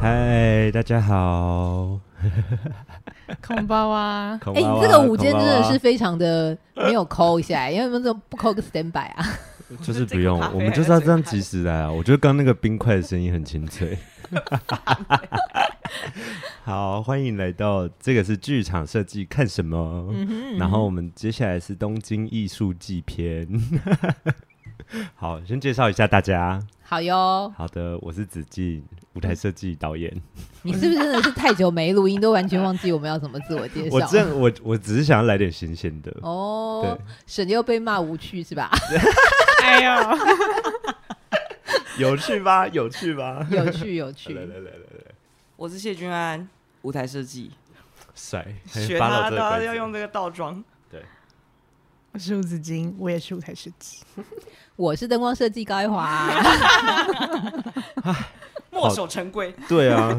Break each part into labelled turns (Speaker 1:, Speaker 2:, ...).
Speaker 1: 嗨，大家好。
Speaker 2: 空包啊，
Speaker 1: 哎、
Speaker 3: 哎、你这个午间真的是非常的没有抠一下，因为你们怎么不抠个 stand by 啊？
Speaker 1: 就是不用，我们就是要这样及时来啊！我觉得刚那个冰块的声音很清 脆。好，欢迎来到这个是剧场设计看什么？
Speaker 3: 嗯
Speaker 1: 然后我们接下来是东京艺术季篇。 好，先介绍一下大家。
Speaker 3: 好哟，
Speaker 1: 好的，我是子敬，舞台设计导演。
Speaker 3: 你是不是真的是太久没录音，都完全忘记我们要怎么自我介
Speaker 1: 我
Speaker 3: 绍？
Speaker 1: 这我我只是想要来点新鲜的。
Speaker 3: 哦
Speaker 1: 对，
Speaker 3: 省得又被骂无趣是吧？
Speaker 2: 哎呦，
Speaker 1: 有趣吧？有趣吧？
Speaker 3: 有趣有趣
Speaker 1: 来，来来来来，
Speaker 2: 我是谢君安，舞台设计，
Speaker 1: 帅！
Speaker 2: 学
Speaker 1: follow
Speaker 2: 他，
Speaker 1: 这个
Speaker 2: 他
Speaker 1: 规
Speaker 2: 要
Speaker 1: 则
Speaker 2: 用这个倒装。
Speaker 1: 对，
Speaker 4: 我是吴子金，我也是舞台设计。
Speaker 3: 我是灯光设计高一华，
Speaker 2: 墨守成规，
Speaker 1: 对啊，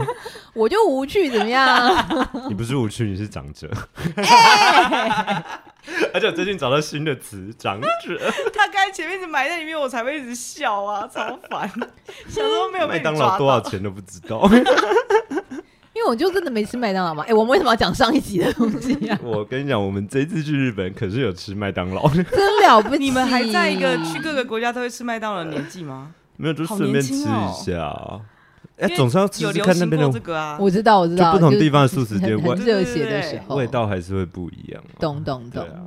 Speaker 3: 我就无趣怎么样？
Speaker 1: 你不是无趣，你是长者。 而且我最近找到新的词“长 者
Speaker 2: 他刚才前面一直埋在里面，我才会一直 笑啊，超烦。想说没”，有被
Speaker 1: 麦
Speaker 2: 你
Speaker 1: 当劳
Speaker 2: 抓
Speaker 1: 多少
Speaker 2: 到，
Speaker 1: 钱都不知道。
Speaker 3: 因为我就真的没吃麦当劳嘛。哎、我们为什么要讲上一集的东西啊？
Speaker 1: 我跟你讲，我们这次去日本可是有吃麦当劳，
Speaker 3: 真了不起！
Speaker 2: 你们还在一个去各个国家都会吃麦当劳的年纪吗？
Speaker 1: 没有就
Speaker 2: 好
Speaker 1: 顺便
Speaker 2: 年
Speaker 1: 吃
Speaker 2: 轻
Speaker 1: 一
Speaker 2: 哦
Speaker 1: 下。
Speaker 2: 因
Speaker 1: 哎，
Speaker 2: 为
Speaker 1: 总是要吃
Speaker 2: 有
Speaker 1: 吃
Speaker 2: 流
Speaker 1: 看那
Speaker 2: 行
Speaker 1: 边
Speaker 2: 过
Speaker 1: 的
Speaker 2: 这
Speaker 1: 哦
Speaker 2: 个啊，
Speaker 3: 我知道我知道，
Speaker 1: 就不同
Speaker 3: 是
Speaker 1: 地方的素食店
Speaker 3: 很很
Speaker 1: 味
Speaker 3: 热血的时候，
Speaker 1: 味道还是会不一样啊。
Speaker 3: 懂懂
Speaker 1: 对
Speaker 3: 懂。
Speaker 1: 啊，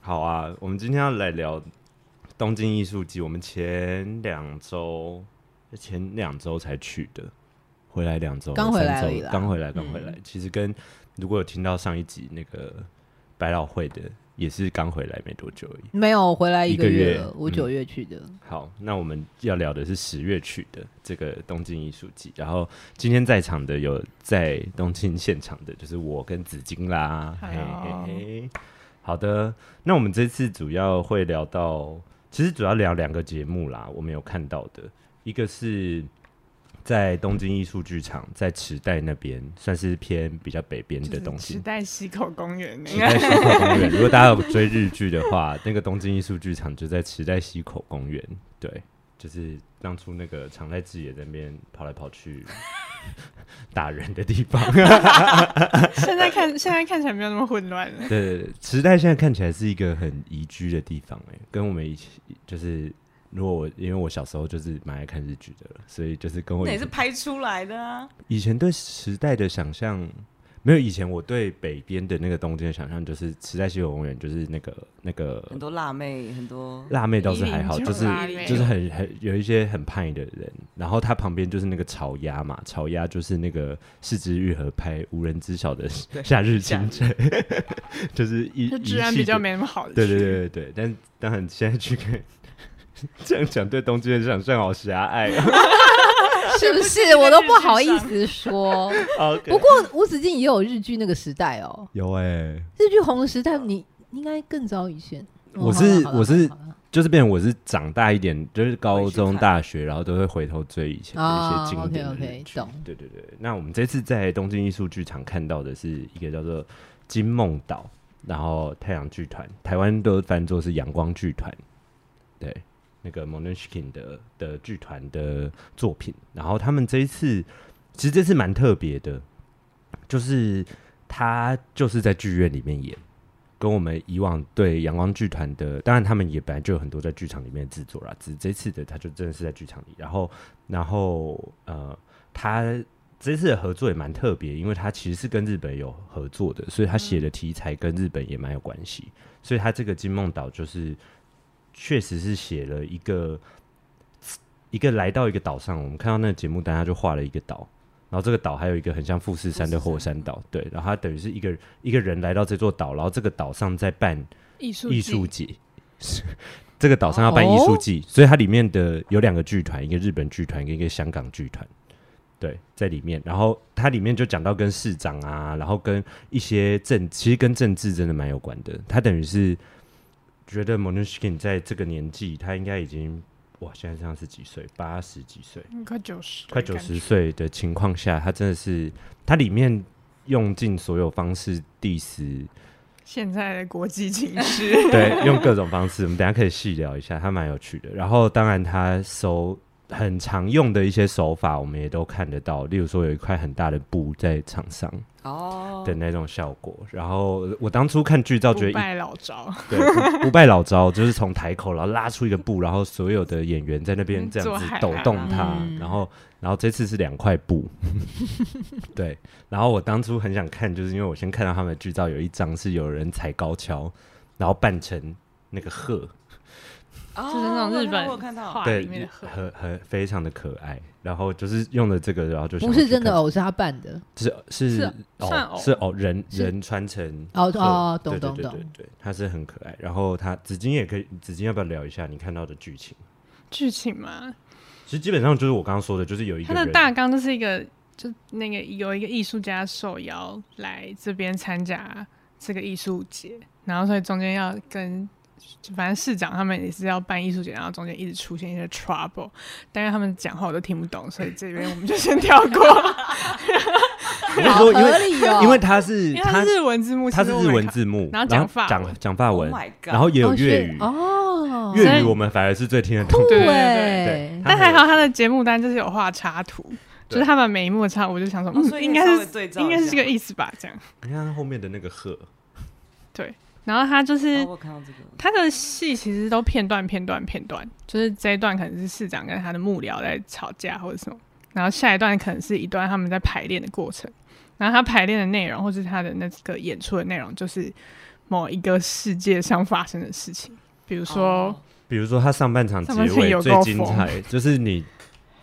Speaker 1: 好啊，我们今天要来聊东京艺术季，我们前两周前两周才去的，回来两周，
Speaker 3: 刚回来
Speaker 1: 三周
Speaker 3: 而已啦嗯
Speaker 1: 刚回来，刚回来。其实跟如果有听到上一集那个百老汇的，也是刚回来没多久而已。
Speaker 3: 没有，我回来一
Speaker 1: 一个月
Speaker 3: 月了，
Speaker 1: 嗯
Speaker 3: 我九月去的。
Speaker 1: 好，那我们要聊的是十月去的这个东京艺术季，然后今天在场的有在东京现场的，就是我跟紫金啦，嘿嘿
Speaker 4: Hello
Speaker 1: 嘿。好的，那我们这次主要会聊到，其实主要聊两个节目啦，我们有看到的，一个是在东京艺术剧场，在池袋那边，算是偏比较北边的东
Speaker 4: 就是
Speaker 1: 西
Speaker 4: 池。袋西口公园欸
Speaker 1: 池
Speaker 4: 那个，
Speaker 1: 袋西口公园，如果大家有追日剧的话，那个东京艺术剧场就在池袋西口公园。对，就是当初那个常濑智也在那边跑来跑 去打人的地方。
Speaker 4: 现在看现在看起来没有那么混乱了。
Speaker 1: 对，池袋现在看起来是一个很宜居的地方、哎，跟我们一起就是。如果我因为我小时候就是蛮爱看日剧的了，所以就是跟我
Speaker 2: 那
Speaker 1: 以
Speaker 2: 也是
Speaker 1: 前
Speaker 2: 拍出来的啊。
Speaker 1: 以前对时代的想象没有以前我对北边的那个东京的想象就是池袋西口公园就是那个那个
Speaker 2: 很多辣妹，很多
Speaker 1: 辣妹倒是还好，
Speaker 4: 一零
Speaker 1: 就
Speaker 4: 九
Speaker 1: 是
Speaker 4: 辣妹
Speaker 1: 就是很很有一些很叛逆的人，然后他旁边就是那个草鸭嘛，草鸭就是那个四肢愈合拍无人知晓的
Speaker 2: 对
Speaker 1: 夏日清晨， 就是一
Speaker 4: 就
Speaker 1: 一
Speaker 4: 治安比较
Speaker 1: 系
Speaker 4: 没那么好的。
Speaker 1: 对对对对对，但当然现在去看 这样讲对东京的想象好狭隘啊。
Speaker 3: 是不
Speaker 4: 是
Speaker 3: 是？我都不好意
Speaker 4: 日
Speaker 3: 思说。
Speaker 1: OK
Speaker 3: 不过无止境也有日剧那个时代哦，
Speaker 1: 有哎、
Speaker 3: 日剧红的时代你，你应该更早以前。哦
Speaker 1: 我是
Speaker 3: 好啦好啦
Speaker 1: 我是
Speaker 3: 好啦好啦
Speaker 1: 就是变成我是长大一点，就是高
Speaker 2: 回
Speaker 1: 中、
Speaker 2: 去看
Speaker 1: 大学，然后都会回头追以前的一
Speaker 3: 啊
Speaker 1: 些经典的
Speaker 3: OK，OK，
Speaker 1: 日剧
Speaker 3: 懂
Speaker 1: 对对对。那我们这次在东京艺术剧场看到的是一个叫做金梦岛，然后太阳剧团，台湾都翻作是阳光剧团，对，那个 Monushkin 的的剧团的作品。然后他们这一次，其实这次蛮特别的，就是他就是在剧院里面演。跟我们以往对阳光剧团的，当然他们也本来就有很多在剧场里面的制作啦，只是这次的他就真的是在剧场里，然后然后呃，他这次的合作也蛮特别，因为他其实是跟日本有合作的，所以他写的题材跟日本也蛮有关系，所以他这个金梦岛就是确实是写了一个一个来到一个岛上，我们看到那个节目单，他就画了一个岛。然后这个岛还有一个很像富士山的火山岛，对，然后他等于是一个一个人来到这座岛，然后这个岛上在办
Speaker 4: 艺术
Speaker 1: 艺
Speaker 4: 艺
Speaker 1: 术节，这个岛上要办艺术季，所以它里面的有两个剧团，一个日本剧团跟一个香港剧团，对，在里面。然后它里面就讲到跟市长啊，然后跟一些政，其实跟政治真的蛮有关的。他等于是觉得 m o n u s h k i n 在这个年纪，他应该已经哇，现在这样是几岁？八十几岁。
Speaker 4: 快九十，
Speaker 1: 快九十，岁的情况下，他真的是，他里面用尽所有方式 diss
Speaker 4: 现在的国际情 势
Speaker 1: 对，用各种方式，我们等一下可以细聊一下，他蛮有趣的。然后当然他收很常用的一些手法，我们也都看得到。例如说，有一块很大的布在场上
Speaker 2: 哦
Speaker 1: 的那种效果。然后我当初看剧照觉得
Speaker 4: 不
Speaker 1: 一
Speaker 4: 败老招，
Speaker 1: 对，不不败老招 就是从台口，然后拉出一个布，然后所有的演员在那边这样
Speaker 4: 做
Speaker 1: 子
Speaker 4: 海浪
Speaker 1: 抖动它，
Speaker 3: 啊嗯
Speaker 1: 然后然后这次是两块布， 对，然后我当初很想看，就是因为我先看到他们的剧照有一张是有人踩高跷，然后扮成那个鹤，
Speaker 4: 就是那种日本
Speaker 2: 哦我有看到
Speaker 4: 画
Speaker 1: 对，
Speaker 4: 里面的鹤
Speaker 1: 很很非常的可爱，然后就是用了这个，然后就想
Speaker 3: 不
Speaker 1: 要
Speaker 3: 是
Speaker 1: 去
Speaker 3: 真的
Speaker 1: 看，
Speaker 3: 偶，是他扮的。
Speaker 1: 是是
Speaker 4: 是算
Speaker 1: 哦
Speaker 4: 偶
Speaker 1: 是哦人
Speaker 3: 是
Speaker 1: 人穿成
Speaker 3: 哦
Speaker 1: 对
Speaker 3: 哦，懂
Speaker 1: 对
Speaker 3: 懂
Speaker 1: 对对
Speaker 3: 懂
Speaker 1: 对。对，它是很可爱。然后它紫金也可以，紫金要不要聊一下你看到的剧情？
Speaker 4: 剧情嘛，
Speaker 1: 其实基本上就是我刚刚说的，就是有一
Speaker 4: 它
Speaker 1: 个
Speaker 4: 的
Speaker 1: 人，
Speaker 4: 大纲就是一个，就那个有一个艺术家受邀来这边参加这个艺术节，然后所以中间要跟。就反正市长他们也是要办艺术节，然后中间一直出现一些 trouble，但是他们讲话我都听不懂，所以这边我们就先跳 过。
Speaker 1: 我跟你
Speaker 3: 好
Speaker 1: 说，因
Speaker 3: 合
Speaker 1: 为
Speaker 3: 理哦，
Speaker 1: 因为他是
Speaker 4: 因为它
Speaker 1: 他
Speaker 4: 是日文字幕，
Speaker 1: 他是
Speaker 4: 其实我
Speaker 1: 日
Speaker 4: 没
Speaker 1: 文
Speaker 4: 看
Speaker 1: 字幕，
Speaker 4: 然
Speaker 1: 然
Speaker 4: 后讲
Speaker 1: 后
Speaker 4: 法文
Speaker 1: 讲讲法文
Speaker 2: Oh my，god
Speaker 1: 然后也有
Speaker 3: 哦是
Speaker 1: 粤语，
Speaker 3: 哦，
Speaker 4: 所
Speaker 1: 粤语
Speaker 4: 以
Speaker 1: 我们反而是最听得懂
Speaker 3: 酷
Speaker 1: 的。
Speaker 4: 对对对
Speaker 3: 哎，
Speaker 1: 它
Speaker 4: 但
Speaker 1: 会
Speaker 4: 还好他的节目单就是有画插图，
Speaker 1: 对
Speaker 4: 就是他们每一幕的插图，我就想说，
Speaker 2: 哦所
Speaker 4: 嗯，
Speaker 2: 以
Speaker 4: 应
Speaker 2: 可以
Speaker 4: 该
Speaker 2: 稍
Speaker 4: 是
Speaker 2: 微对照一
Speaker 4: 应该是这
Speaker 2: 下
Speaker 4: 个意思吧，这样。
Speaker 1: 你看后面的那个鹤，
Speaker 4: 然后他就
Speaker 2: 哦
Speaker 4: 是
Speaker 2: 我有看到这个，
Speaker 4: 他的戏其实都片段片段片段，就是这一段可能是市长跟他的幕僚在吵架或者什么，然后下一段可能是一段他们在排练的过程，然后他排练的内容或是他的那个演出的内容就是某一个世界上发生的事情，比如说
Speaker 2: 哦
Speaker 1: 比如说他上半场结
Speaker 4: 上半场
Speaker 1: 尾
Speaker 4: 有
Speaker 1: 最
Speaker 4: 够
Speaker 1: 精
Speaker 4: 疯
Speaker 1: 彩，就是你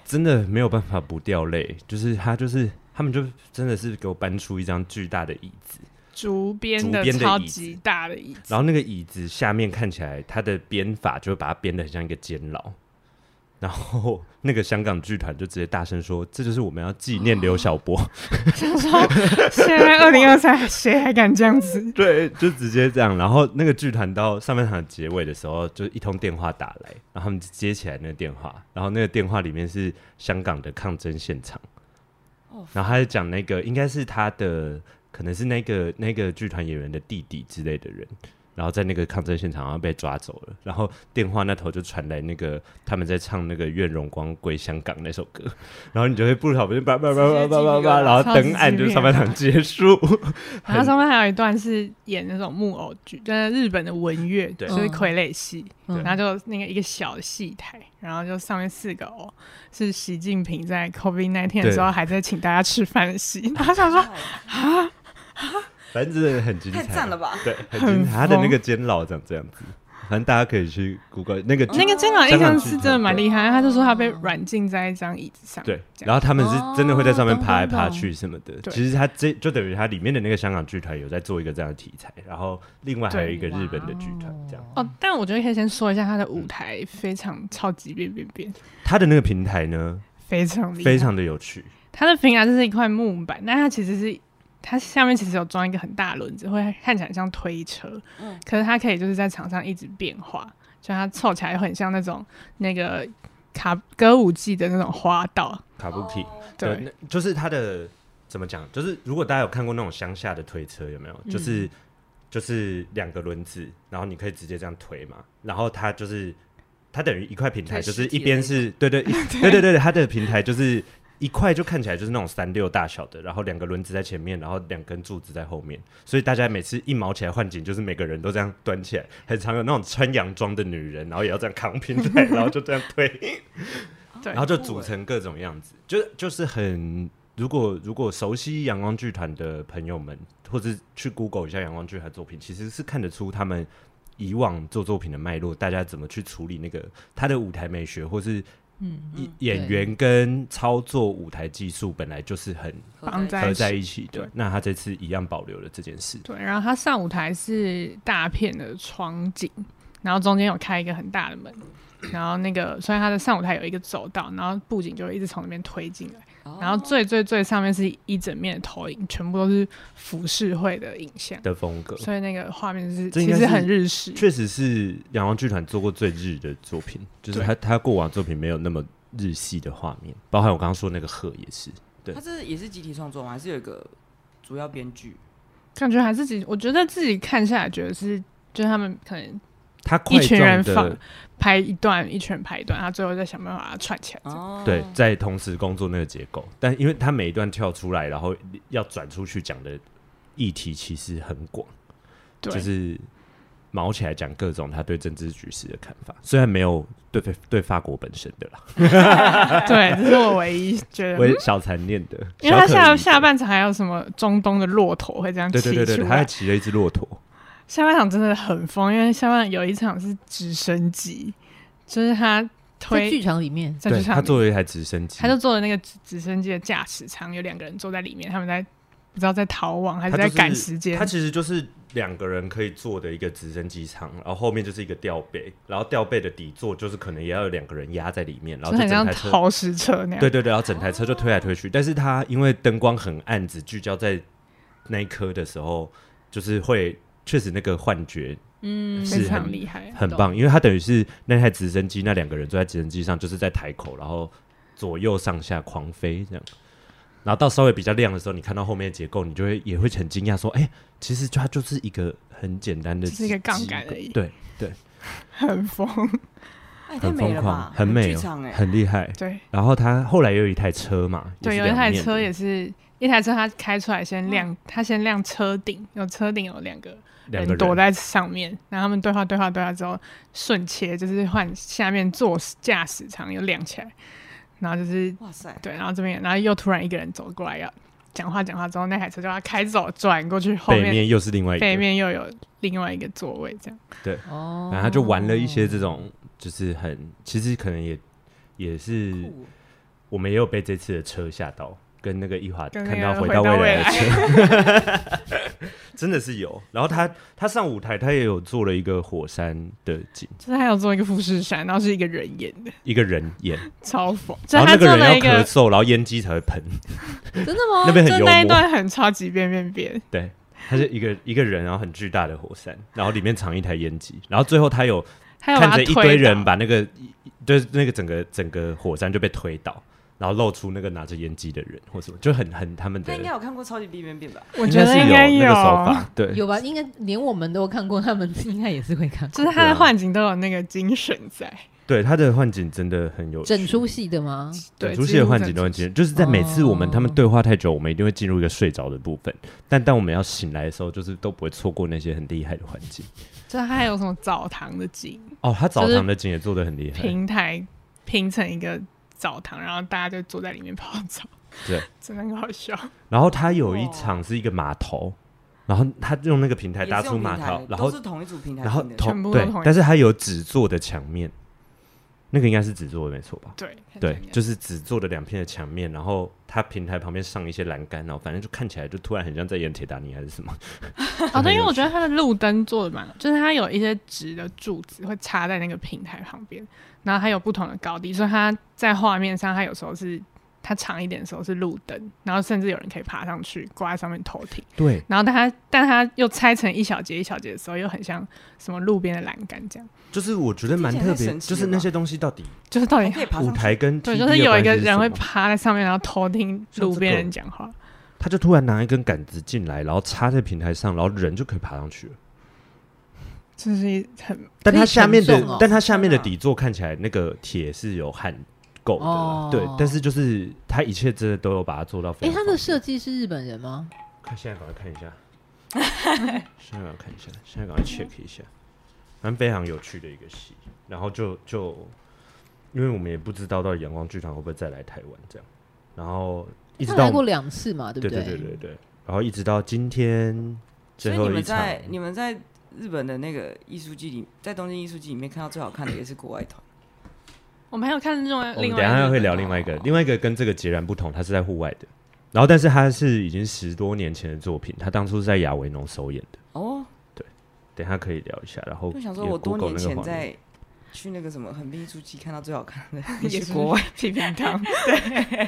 Speaker 1: 真的没有办法不掉泪，就是他就是他们就真的是给我搬出一张巨大的椅子，
Speaker 4: 竹编
Speaker 1: 竹
Speaker 4: 的
Speaker 1: 编的
Speaker 4: 超
Speaker 1: 椅
Speaker 4: 级
Speaker 1: 子
Speaker 4: 大的椅子，
Speaker 1: 然后那个椅子下面看起来，它的编法就会把它编得很像一个监牢。然后那个香港剧团就直接大声说：“这就是我们要纪念刘晓波。？
Speaker 4: 现在二零二三，谁还敢这样子
Speaker 1: 对，就直接这样。然后那个剧团到上半场结尾的时候，就一通电话打来，然后他们就接起来那个电话，然后那个电话里面是香港的抗争现场。
Speaker 2: 哦
Speaker 1: 然后他就讲那个应该是他的，可能是那个那个剧团演员的弟弟之类的人，然后在那个抗争现场好像被抓走了，然后电话那头就传来那个他们在唱那个《愿荣光归香港》那首歌，然后你就会不小心叭叭叭叭叭叭叭，然后灯暗就上半场结束，
Speaker 4: 然后上面还有一段是演那种木偶剧，就是日本的文乐，
Speaker 1: 对
Speaker 4: 就是傀儡戏，
Speaker 3: 嗯
Speaker 4: 然后就那个一个小的戏台，然后就上面四个哦，是习近平在 COVID nineteen 的时候
Speaker 1: 对哦
Speaker 4: 还在请大家吃饭的 戏，然后想说
Speaker 1: 反正真的很精彩，
Speaker 2: 太赞了吧！
Speaker 1: 对，很精彩。
Speaker 4: 很
Speaker 1: 他的那
Speaker 4: 疯
Speaker 1: 个监牢长这样子，反正大家可以去 Google 那个剧
Speaker 4: 那个监牢印象是真的蛮厉害，他就说他被软禁在一张椅子上，
Speaker 1: 对，
Speaker 4: 这样
Speaker 1: 然后他们是真的会在上面
Speaker 3: 哦
Speaker 1: 爬来
Speaker 3: 懂
Speaker 1: 爬
Speaker 3: 懂懂
Speaker 1: 去什么的。
Speaker 4: 对
Speaker 1: 其实它这就等于它里面的那个香港剧团有在做一个这样的题材，然后另外还有一个日本的剧团这样。
Speaker 4: 哦，但我觉得可以先说一下他的舞台非常超级变变变，
Speaker 1: 它的那个平台呢，
Speaker 4: 非常厉害
Speaker 1: 非常的有趣，
Speaker 4: 它的平台就是一块木板，但它其实是它下面其实有装一个很大的轮子，会看起来像推车，
Speaker 2: 嗯
Speaker 4: 可是它可以就是在场上一直变化，就它凑起来很像那种那个卡歌舞伎的那种花道，
Speaker 1: 卡布奇。
Speaker 2: 哦
Speaker 4: 对，
Speaker 1: 那，就是它的怎么讲？就是如果大家有看过那种乡下的推车，有没有？
Speaker 2: 嗯
Speaker 1: 就是、就是两个轮子，然后你可以直接这样推嘛，然后它就是它等于一块平台，
Speaker 2: 推
Speaker 1: 就
Speaker 2: 实
Speaker 1: 是
Speaker 2: 体
Speaker 1: 一边
Speaker 2: 的那
Speaker 1: 是 对对一对对对，它的平台就是。一块就看起来就是那种三六大小的，然后两个轮子在前面，然后两根柱子在后面，所以大家每次一毛起来换景，就是每个人都这样端起来，很常有那种穿洋装的女人，然后也要这样扛平台，然后就这样推。
Speaker 4: 对
Speaker 1: 然后就
Speaker 2: 酷
Speaker 1: 组
Speaker 2: 欸
Speaker 1: 成各种样子，就是就是很，如果如果熟悉阳光剧团的朋友们，或者去 Google 一下阳光剧团作品，其实是看得出他们以往做作品的脉络，大家怎么去处理那个他的舞台美学，或是
Speaker 3: 嗯，
Speaker 1: 演
Speaker 2: 嗯
Speaker 1: 演
Speaker 3: 对
Speaker 1: 员跟操作舞台技术本来就是很
Speaker 4: 绑在
Speaker 1: 合
Speaker 4: 一
Speaker 1: 在
Speaker 4: 起
Speaker 1: 一起的
Speaker 4: 对。
Speaker 1: 那他这次一样保留了这件事。
Speaker 4: 对，然后它上舞台是大片的窗景，然后中间有开一个很大的门。然后那个，虽然它的上舞台有一个走道，然后布景就会一直从那边推进来，
Speaker 2: 哦
Speaker 4: 然后最最最上面是一整面的投影，全部都是浮世绘的影像，
Speaker 1: 的风格
Speaker 4: 所以那个画面是
Speaker 1: 这应该
Speaker 4: 其
Speaker 1: 是
Speaker 4: 实很日式。
Speaker 1: 确实是阳光剧团做过最日的作品，就是
Speaker 4: 对
Speaker 1: 他他过往作品没有那么日系的画面，包含我刚刚说那个鹤也是。对
Speaker 2: 他这也是集体创作吗？还是有一个主要编剧？
Speaker 4: 感觉还是自己，我觉得自己看下来觉得是，就是他们可能
Speaker 1: 他块
Speaker 4: 一群人
Speaker 1: 状
Speaker 4: 放
Speaker 1: 的
Speaker 4: 拍一段，一群人拍一段，他最后再想办法把它串起来。
Speaker 3: 啊
Speaker 2: 哦，
Speaker 1: 对，在同时工作那个结构，但因为他每一段跳出来，然后要转出去讲的议题其实很广，
Speaker 4: 对，
Speaker 1: 就是毛起来讲各种他对政治局势的看法，虽然没有对对对法国本身的啦，
Speaker 4: 对，这是我唯一觉得，
Speaker 1: 我也小残念的，
Speaker 4: 嗯因为他
Speaker 1: 小可
Speaker 4: 下
Speaker 1: 疑
Speaker 4: 下半场还有什么中东的骆驼会这样骑
Speaker 1: 对
Speaker 4: 出
Speaker 1: 对
Speaker 4: 来，
Speaker 1: 对对，他还骑了一只骆驼，
Speaker 4: 下半场真的很疯，因为下半有一场是直升机，就是他
Speaker 3: 在剧
Speaker 4: 推
Speaker 3: 场里面，
Speaker 4: 在
Speaker 1: 对
Speaker 4: 剧场
Speaker 1: 他
Speaker 4: 里
Speaker 1: 坐了一台直升机，
Speaker 4: 他就坐了那个直直升机的驾驶舱，有两个人坐在里面，他们在不知道在逃亡还是
Speaker 1: 他
Speaker 4: 在
Speaker 1: 就是
Speaker 4: 赶时间。
Speaker 1: 它其实就是两个人可以坐的一个直升机舱，然后后面就是一个吊背，然后吊背的底座就是可能也要有两个人压在里面，然
Speaker 4: 就
Speaker 1: 后就
Speaker 4: 很像
Speaker 1: 整台车，
Speaker 4: 逃石车那样。
Speaker 1: 对对对，然后整台车就推来推去。但是它因为灯光很暗，只聚焦在那一颗的时候，就是会确实那个幻觉
Speaker 2: 嗯
Speaker 1: 是
Speaker 4: 非常
Speaker 1: 很
Speaker 4: 厉害。
Speaker 1: 很棒，因为它等于是那台直升机那两个人坐在直升机上，就是在台口，然后左右上下狂飞这样。然后到稍微比较亮的时候，你看到后面的结构，你就会也会很惊讶，说：“哎、其实它就是一个很简单的
Speaker 4: 就
Speaker 1: 机，
Speaker 4: 是一个杠杆而已
Speaker 1: 对，
Speaker 4: 很疯。
Speaker 2: 哎太
Speaker 1: 很
Speaker 2: 美
Speaker 1: 疯
Speaker 2: 了
Speaker 1: 狂
Speaker 2: 吧，，
Speaker 1: 很美、
Speaker 2: 剧
Speaker 1: 哦
Speaker 2: 场，哎，
Speaker 1: 很厉害。
Speaker 4: 对
Speaker 1: 然后他后来又有一台车嘛，
Speaker 4: 对，
Speaker 1: 也
Speaker 4: 有
Speaker 1: 是
Speaker 4: 一
Speaker 1: 两
Speaker 4: 台
Speaker 1: 面
Speaker 4: 车
Speaker 1: 的
Speaker 4: 也是一台车，它开出来先亮，它先亮车顶，有车顶有两个
Speaker 1: 两个
Speaker 4: 人
Speaker 1: 人
Speaker 4: 嗯躲在上面，然后他们对话对话对话之后，瞬切就是换下面坐驾驶舱又亮起来，然后就是
Speaker 2: 哇塞，
Speaker 4: 对，然后这边，然后又突然一个人走过来要讲话讲话之后，那台车就要开走转过去，后
Speaker 1: 背
Speaker 4: 面
Speaker 1: 面又是另外一个，
Speaker 4: 背面又有另外一个座位，这样
Speaker 3: 哦，
Speaker 1: 然后他就玩了一些这
Speaker 4: 哦
Speaker 1: 种，就是很其实可能也也是
Speaker 2: 酷
Speaker 1: 我们也有被这次的车吓到，跟那个一华
Speaker 4: 跟那
Speaker 1: 看到
Speaker 4: 个
Speaker 1: 回
Speaker 4: 回
Speaker 1: 到
Speaker 4: 到未
Speaker 1: 来的车， 真的是有。然后他他上舞台，他也有做了一个火山的景，
Speaker 4: 就是还有做一个富士山，然后是一个人演的，
Speaker 1: 一个人 演，
Speaker 4: 超疯，就
Speaker 1: 然后
Speaker 4: 他
Speaker 1: 那
Speaker 4: 做
Speaker 1: 个
Speaker 4: 了
Speaker 1: 人
Speaker 4: 一
Speaker 1: 要咳
Speaker 4: 个，
Speaker 1: 嗽，然后烟机才会喷，
Speaker 3: 真的吗？
Speaker 1: 那边很
Speaker 4: 就
Speaker 1: 幽
Speaker 4: 那一
Speaker 1: 默。
Speaker 4: 段很超级变变变，
Speaker 1: 对，他是一个一个人，然后很巨大的火山，然后里面藏一台烟机，然后最后他有
Speaker 4: 他有把啊
Speaker 1: 看
Speaker 4: 他
Speaker 1: 着
Speaker 4: 推
Speaker 1: 一堆人
Speaker 4: 吧，
Speaker 1: 把那个，就是那个整个整个火山就被推倒，然后露出那个拿着烟机的人或什么，就很很他们的
Speaker 2: 他，应该有看过超级 B 面变吧？
Speaker 4: 我
Speaker 1: 应
Speaker 4: 觉
Speaker 1: 该
Speaker 4: 得
Speaker 1: 是
Speaker 4: 应该
Speaker 1: 那个手法，对，
Speaker 3: 有吧？应该连我们都有看过，他们应该也是会 看过。
Speaker 4: 就是他的幻景都有那个精神在，
Speaker 1: 对他的幻景真的很有趣
Speaker 3: 整出戏的吗？
Speaker 4: 对，
Speaker 1: 整出戏
Speaker 4: 几
Speaker 1: 的
Speaker 4: 乎
Speaker 1: 幻
Speaker 4: 整
Speaker 1: 景都
Speaker 4: 出
Speaker 1: 很惊人，就是在每次我们他们对话太久，我们一定会进入一个睡着的部分，但当我们要醒来的时候，就是都不会错过那些很厉害的环境。
Speaker 4: 就是他还有什么澡堂的景，
Speaker 1: 哦，他澡
Speaker 4: 就是
Speaker 1: 堂的景也做的很厉害，
Speaker 4: 平台拼成一个澡堂，然后大家就坐在里面泡澡，
Speaker 1: 对，
Speaker 4: 真的很好笑。
Speaker 1: 然后他有一
Speaker 2: 哇
Speaker 1: 场是一个码头，然后他用那个平台
Speaker 2: 也
Speaker 1: 搭
Speaker 2: 是
Speaker 1: 出
Speaker 2: 用
Speaker 1: 码
Speaker 2: 平台
Speaker 1: 头，，然后
Speaker 2: 都是同一组平台
Speaker 1: 然后
Speaker 2: 拼的，
Speaker 4: 全
Speaker 1: 同
Speaker 4: 部都
Speaker 1: 对
Speaker 4: 同，一
Speaker 1: 但是它有纸做的墙面，那个应该是纸做的没错吧？
Speaker 4: 对
Speaker 1: 对，就是是纸做的两片的墙面，然后它平台旁边上一些栏杆，然后反正就看起来就突然很像在演铁达尼还是什么。
Speaker 4: 哦，对，因为我
Speaker 1: 得
Speaker 4: 觉得它的路灯做的蛮，就是它有一些直的柱子会插在那个平台旁边，然后它有不同的高低，所以它在画面上，它有时候是它长一点的时候是路灯，然后甚至有人可以爬上去挂在上面头顶，
Speaker 1: 对，
Speaker 4: 然后但它但它又拆成一小节一小节的时候，又很像什么路边的栏杆这样，
Speaker 1: 就是我觉得蛮
Speaker 2: 听起
Speaker 1: 特
Speaker 2: 来
Speaker 1: 别
Speaker 2: 太，神奇
Speaker 1: 就是
Speaker 2: 了
Speaker 1: 那
Speaker 2: 吧
Speaker 1: 些东西到底
Speaker 4: 就是到
Speaker 2: 还
Speaker 4: 底
Speaker 2: 哦可以爬
Speaker 1: 舞
Speaker 2: 上去，
Speaker 1: 台跟
Speaker 4: 对，
Speaker 1: TV
Speaker 4: 就是
Speaker 1: 的
Speaker 4: 有
Speaker 1: 关
Speaker 4: 一个
Speaker 1: 系是
Speaker 4: 人会
Speaker 1: 什么
Speaker 4: 趴在上面，然后偷听
Speaker 1: 像
Speaker 4: 路
Speaker 1: 这
Speaker 4: 边
Speaker 1: 个
Speaker 4: 人讲话，
Speaker 1: 他就突然拿一根杆子进来，然后插在平台上，然后人就可以爬上去了。
Speaker 4: 就是很
Speaker 1: 但
Speaker 3: 可以
Speaker 1: 它下面的，
Speaker 3: 承重哦
Speaker 1: 但它下面的
Speaker 2: 天啊
Speaker 1: 底座看起来那个铁是有焊够的啦，
Speaker 3: 哦
Speaker 1: 对。但是就是它一切真的都有把它做到非
Speaker 3: 哎，
Speaker 1: 常方
Speaker 3: 他
Speaker 1: 便。
Speaker 3: 的设计是日本人吗？
Speaker 1: 看现在赶快看一 下，现在赶快看一下，现在赶快 check 一下，反正非常有趣的一个戏。然后就就，因为我们也不知道到底阳光剧团会不会再来台湾这样，然后一直
Speaker 3: 他
Speaker 1: 到
Speaker 3: 来过两次嘛，对不
Speaker 1: 对对对对对，然后一直到今天
Speaker 2: 所
Speaker 1: 最
Speaker 2: 以你
Speaker 1: 后一
Speaker 2: 们
Speaker 1: 场，
Speaker 2: 在你们在日本的那个艺术季里，在东京艺术季里面看到最好看的也是国外团，
Speaker 4: 我们还有看另外
Speaker 1: 我们
Speaker 4: 另
Speaker 1: 等
Speaker 4: 外
Speaker 1: 一
Speaker 4: 一
Speaker 1: 下
Speaker 4: 个
Speaker 1: 会聊另外一个，另外一个跟这个截然不同，它是在户外的。然后，但是它是已经十多年前的作品，它当初是在亚维农首演的。
Speaker 2: 哦，
Speaker 1: 等一下可以聊一下。然后
Speaker 2: 就想说
Speaker 1: 也
Speaker 2: 我多
Speaker 1: Google
Speaker 2: 年
Speaker 1: 那个
Speaker 2: 前
Speaker 1: 画面，
Speaker 2: 在去那个什么横滨艺术季看到最好看的
Speaker 4: 也
Speaker 2: 是
Speaker 4: 是
Speaker 2: 国外，
Speaker 4: 批评他，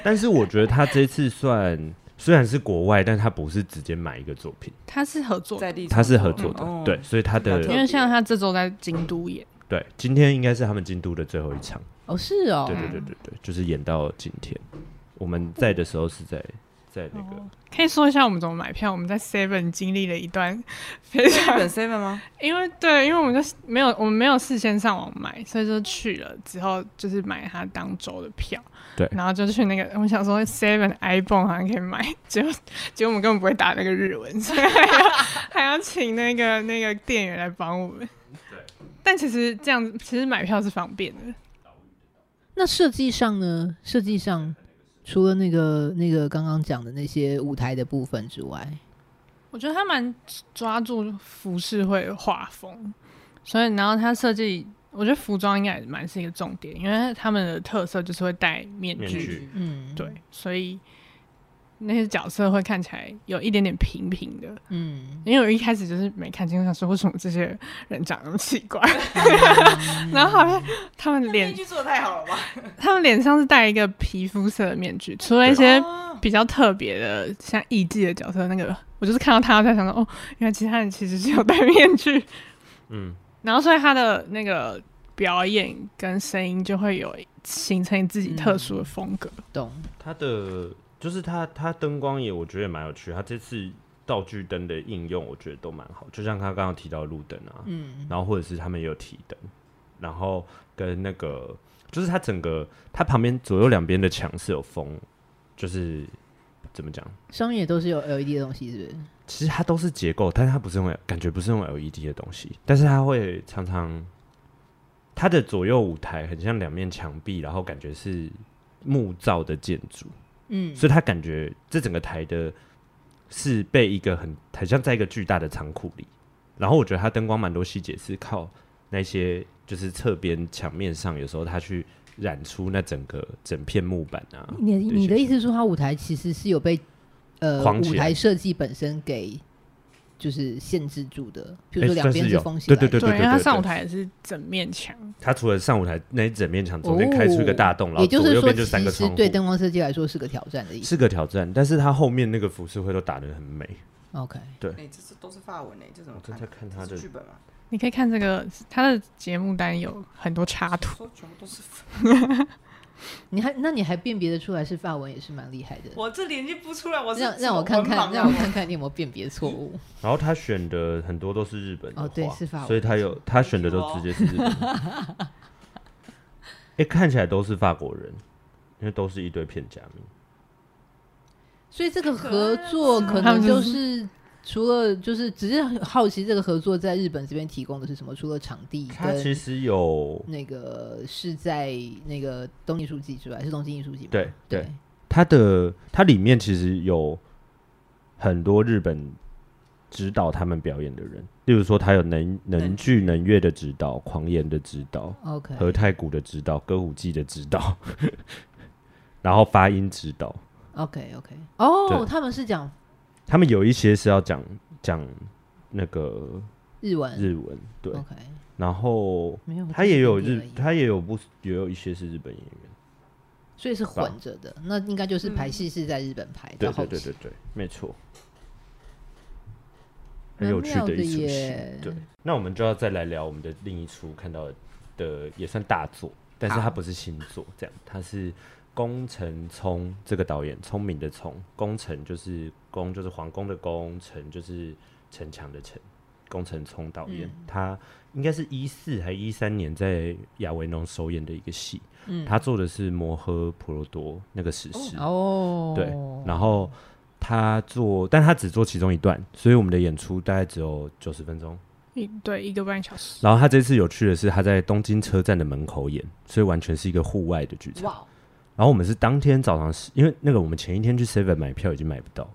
Speaker 1: 但是我觉得他这次算虽然是国外，但他不是直接买一个作品，
Speaker 4: 他是合作的
Speaker 2: 在地
Speaker 1: 他是合作
Speaker 2: 创
Speaker 1: 的，
Speaker 2: 哦
Speaker 1: 对，所以他
Speaker 2: 比较
Speaker 4: 因
Speaker 1: 的
Speaker 2: 特
Speaker 4: 为像他这周在京都演，
Speaker 1: 对今天应该是他们京都的最后一场，
Speaker 3: 哦，是哦
Speaker 1: 对，对对对对，就是演到今天，我们在的时候是在在那个、
Speaker 4: 可以说一下我们怎么买票？我们在 Seven 经历了一段非
Speaker 2: 日
Speaker 4: 常
Speaker 2: 本 seven 吗？
Speaker 4: 因为对，因为我们就是没有，我们没有事先上网买，所以就去了之后就是买他当周的票，
Speaker 1: 对
Speaker 4: 然后就去那个，我们想说 Seven iPhone 好像可以买，结果结果我们根本不会打那个日文，所以还要还要请那个那个店员来帮我们。
Speaker 1: 对，
Speaker 4: 但其实这样，其实买票是方便的，
Speaker 3: 那设计上呢？设计上除了那个那个刚刚讲的那些舞台的部分之外，
Speaker 4: 我觉得他蛮抓住服饰会的画风，所以然后他设计，我觉得服装应该也蛮是一个重点，因为他们的特色就是会戴面
Speaker 1: 面具
Speaker 4: 具
Speaker 3: 嗯，
Speaker 4: 对，，所以那些角色会看起来有一点点平平的。
Speaker 3: 嗯，
Speaker 4: 因为我一开始就是没看清楚，想说为什么这些人长得那么奇怪，
Speaker 1: 嗯
Speaker 4: 然后好像他们
Speaker 2: 面
Speaker 4: 脸，
Speaker 2: 具做的太好 了吧？
Speaker 4: 他们脸上是戴一个皮肤色的面具，除了一些
Speaker 2: 哦
Speaker 4: 比较特别的，像艺伎的角色那个，我就是看到他在想说，哦，原来其他人其实是有戴面具，
Speaker 1: 嗯，
Speaker 4: 然后所以他的那个表演跟声音就会有形成自己特
Speaker 1: 嗯
Speaker 4: 殊的风格。
Speaker 3: 懂，
Speaker 1: 它的就是它它灯光也我觉得也蛮有趣，它这次道具灯的应用我觉得都蛮好，就像他刚刚提到路灯啊，
Speaker 3: 嗯，
Speaker 1: 然后或者是他们也有提灯，然后跟那个就是它整个它旁边左右两边的墙是有风，就是怎么讲？
Speaker 3: 商业都是有 LED 的东西，是不是？
Speaker 1: 其实它都是结构，但是它不是用感觉不是用 LED 的东西，但是它会常常它的左右舞台很像两面墙壁，然后感觉是木造的建筑，
Speaker 3: 嗯，
Speaker 1: 所以它感觉这整个台的是被一个很很像在一个巨大的仓库里，然后我觉得它灯光蛮多细节是靠那些就是侧边墙面上，有时候它去染出那整个整片木板啊，
Speaker 3: 你的
Speaker 1: 对
Speaker 3: 你的
Speaker 1: 谢谢
Speaker 3: 意思是说，它舞台其实是有被呃
Speaker 1: 框起
Speaker 3: 舞
Speaker 1: 来
Speaker 3: 台设计本身给就是限制住的，比如
Speaker 1: 哎
Speaker 3: 说两
Speaker 1: 算
Speaker 3: 边
Speaker 1: 是
Speaker 3: 是
Speaker 1: 有
Speaker 3: 封起来
Speaker 1: 对
Speaker 3: 的，
Speaker 1: 对对对
Speaker 4: 因为他
Speaker 1: 对
Speaker 4: 上舞
Speaker 1: 对。
Speaker 4: 台也是整面墙，
Speaker 1: 它除了上舞台那一整面墙中间开出一个大洞，然
Speaker 3: 哦也
Speaker 1: 后
Speaker 3: 就
Speaker 1: 左
Speaker 3: 是
Speaker 1: 右
Speaker 3: 说，
Speaker 1: 边
Speaker 3: 其
Speaker 1: 就三个窗
Speaker 3: 实
Speaker 1: 户，
Speaker 3: 对灯光设计来说是个挑战的意思。
Speaker 1: 是个挑战。但是它后面那个浮世绘都打得很美。
Speaker 3: OK，
Speaker 2: 哎、这是都是法文哎、这
Speaker 3: 哦
Speaker 2: 怎么
Speaker 1: 我正
Speaker 2: 看？
Speaker 1: 在看它
Speaker 2: 这
Speaker 1: 的
Speaker 2: 是剧本啊嘛，
Speaker 4: 你可以看这个他的节目单有很多插图。
Speaker 2: 说全部都是法。
Speaker 3: 你还那你还辨别得出来是法文，也是蛮厉害
Speaker 1: 哦
Speaker 3: 的。
Speaker 2: 我这连接不出来，我是
Speaker 3: 让
Speaker 2: 什
Speaker 3: 让
Speaker 2: 么
Speaker 3: 我看
Speaker 2: 文盲
Speaker 3: 看，
Speaker 2: 啊
Speaker 3: 让我 看看你有没有辨别错误。
Speaker 1: 然后他选的很多都是日本的
Speaker 3: 哦对
Speaker 1: 画
Speaker 3: 是法文
Speaker 1: 所以他有他选的都直接是日本的。 哎、看起来都是法国人，因为都是一堆片假名。
Speaker 3: 所以这个合作可能就是除了就是只是好奇这个合作在日本这边提供的是什么？除了场地
Speaker 1: 他其
Speaker 3: 跟
Speaker 1: 实有
Speaker 3: 那个是在那个东艺术季之外，是东京艺术季吗？
Speaker 1: 对对
Speaker 3: 对，
Speaker 1: 它的它里面其实有很多日本指导他们表演的人，例如说他有能能剧能乐的指导，狂言的指导，
Speaker 3: OK，
Speaker 1: 和太鼓的指导，歌舞伎的指导， 然后发音指导。
Speaker 3: OK OK，哦
Speaker 1: 对，
Speaker 3: 他们是讲
Speaker 1: 他们有一些是要讲讲那个
Speaker 3: 日文
Speaker 1: 日文，对，
Speaker 3: ，OK，
Speaker 1: 然后
Speaker 3: 没有，
Speaker 1: 他也有
Speaker 3: 就是
Speaker 1: 日
Speaker 3: 本，地而已
Speaker 1: 他也有不也有一些是日本演员，
Speaker 3: 所以是混着的。那应该就是排戏是在日本排，
Speaker 1: 对
Speaker 3: 到后
Speaker 1: 对对
Speaker 3: 期
Speaker 1: 对对，没错，很
Speaker 3: 蛮
Speaker 1: 有趣
Speaker 3: 妙的
Speaker 1: 一出戏
Speaker 3: 耶。
Speaker 1: 对，那我们就要再来聊我们的另一出看到的的也算大作，但是它不是新作，这样，它是宫城聪这个导演，聪明的聪，宫城就是宫就是皇宫的宫，城就是城墙的城。宫城聪导演，他应该是一四还一三年在亚维农首演的一个戏，
Speaker 3: 嗯
Speaker 1: 他做的是《摩诃婆罗多》那个史诗，
Speaker 3: 哦，
Speaker 1: 对，然后他做，但他只做其中一段，所以我们的演出大概只有九十分钟。
Speaker 4: 一对一个半小时，
Speaker 1: 然后他这次有趣的是，他在东京车站的门口演，所以完全是一个户外的剧场。
Speaker 3: 哇，
Speaker 1: 然后我们是当天早上十，因为那个我们前一天去 Seven 买票已经买不到，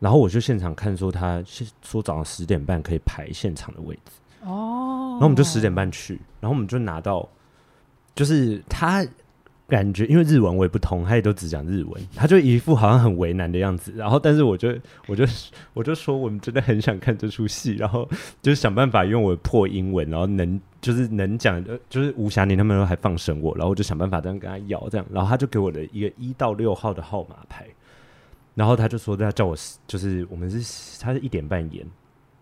Speaker 1: 然后我就现场看说他是说早上十点半可以排现场的位置，
Speaker 4: 哦
Speaker 1: 然后我们就十点半去，然后我们就拿到，就是他感觉因为日文我也不通，他也都只讲日文，他就一副好像很为难的样子。然后，但是我就我就我就说我们真的很想看这出戏，然后就是想办法用我的破英文，然后能就是能讲，呃就是吴霞宁他们都还放生我，然后我就想办法这样跟他要这样，然后他就给我的一个一到六号的号码牌。然后他就说，他叫我十就是我们是他是一点半演，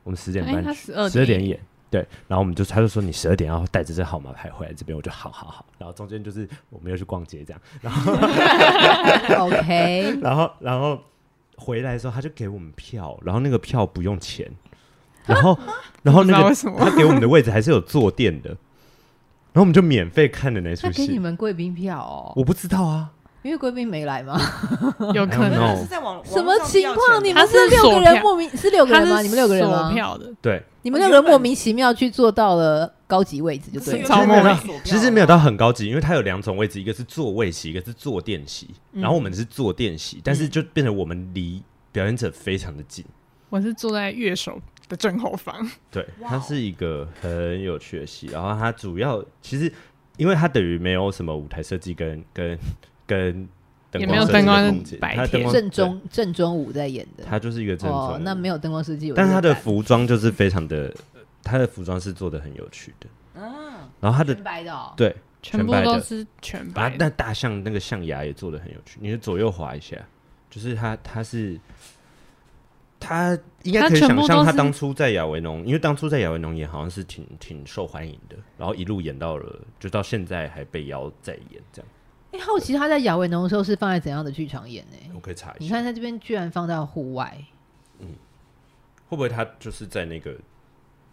Speaker 1: 我们十点
Speaker 4: 哎，
Speaker 1: 半
Speaker 4: 他十二
Speaker 1: 十二点演。对，然后我们就他就说你十二点要带着这号码牌回来这边，我就好好好。然后中间就是我们又去逛街这样，
Speaker 3: OK，
Speaker 1: 然后然后回来的时候，他就给我们票，然后那个票不用钱，然后
Speaker 3: 啊
Speaker 1: 然后
Speaker 4: 不
Speaker 1: 哦
Speaker 4: 知
Speaker 1: 那
Speaker 4: 道为
Speaker 1: 个
Speaker 4: 什 么
Speaker 1: 他给我们的位置还是有坐垫的，然后我们就免费看了那
Speaker 3: 他
Speaker 1: 出
Speaker 3: 给你
Speaker 1: 戏。
Speaker 3: 们贵宾票哦，
Speaker 1: 我不知道啊，
Speaker 3: 因为贵宾没来嘛。
Speaker 4: 有可
Speaker 1: I don't
Speaker 4: 能
Speaker 1: know
Speaker 2: 那是在 网
Speaker 3: 什么情况？你
Speaker 4: 他
Speaker 3: 们
Speaker 4: 是
Speaker 3: 六
Speaker 4: 锁
Speaker 3: 个人
Speaker 4: 票
Speaker 3: 莫名是六个
Speaker 4: 他
Speaker 3: 人吗？
Speaker 4: 是
Speaker 3: 你们六个人
Speaker 4: 锁
Speaker 3: 吗？
Speaker 4: 票的，
Speaker 1: 对，
Speaker 3: 你们六个人莫名其妙去坐到了高级位置就对
Speaker 4: 是
Speaker 3: 了。
Speaker 4: 超梦啊
Speaker 1: 其实没有到很高级，因为它有两种位置，一个是座位席，一个是坐垫席。
Speaker 3: 嗯
Speaker 1: 然后我们是坐垫席，但是就变成我们离表演者非常的近。
Speaker 4: 我是坐在乐手的正后方，
Speaker 1: 对，
Speaker 2: 哇
Speaker 1: 它
Speaker 2: 哦
Speaker 1: 是一个很有趣的戏。然后它主要其实，因为它等于没有什么舞台设计跟跟跟灯
Speaker 4: 也
Speaker 1: 光
Speaker 4: 没有
Speaker 1: 设计
Speaker 4: 灯光
Speaker 1: 的空间
Speaker 4: 白
Speaker 1: 它灯
Speaker 4: 天
Speaker 1: 光
Speaker 3: 正，宗正宗武在演
Speaker 1: 对
Speaker 3: 的，
Speaker 1: 它就是一个正宗
Speaker 3: 哦，。那没有灯光设计，我
Speaker 1: 但是他的
Speaker 3: 有点
Speaker 1: 服装就是非常的，呃他的服装是做的很有趣的。
Speaker 2: 嗯，
Speaker 1: 然后他
Speaker 3: 感
Speaker 1: 的
Speaker 3: 全白的哦，
Speaker 1: 对
Speaker 4: 全部
Speaker 1: 白
Speaker 4: 都
Speaker 1: 的
Speaker 4: 是全
Speaker 1: 啊
Speaker 4: 白，的，
Speaker 1: 那大象那个象牙也做的很有趣，你就左右滑一下，就是它它是它应该
Speaker 4: 它
Speaker 1: 可以
Speaker 4: 全
Speaker 1: 想
Speaker 4: 部
Speaker 1: 象
Speaker 4: 都
Speaker 1: 它
Speaker 4: 是
Speaker 1: 当初在亚维农，因为当初在亚维农也好像是挺挺受欢迎的，然后一路演到了就到现在还被邀再演这样，
Speaker 3: 哎，好奇他在亚维农的时候是放在怎样的剧场演呢？
Speaker 1: 我可以查一
Speaker 3: 你
Speaker 1: 下，
Speaker 3: 看他这边居然放到户外，
Speaker 1: 会不会他就是在那个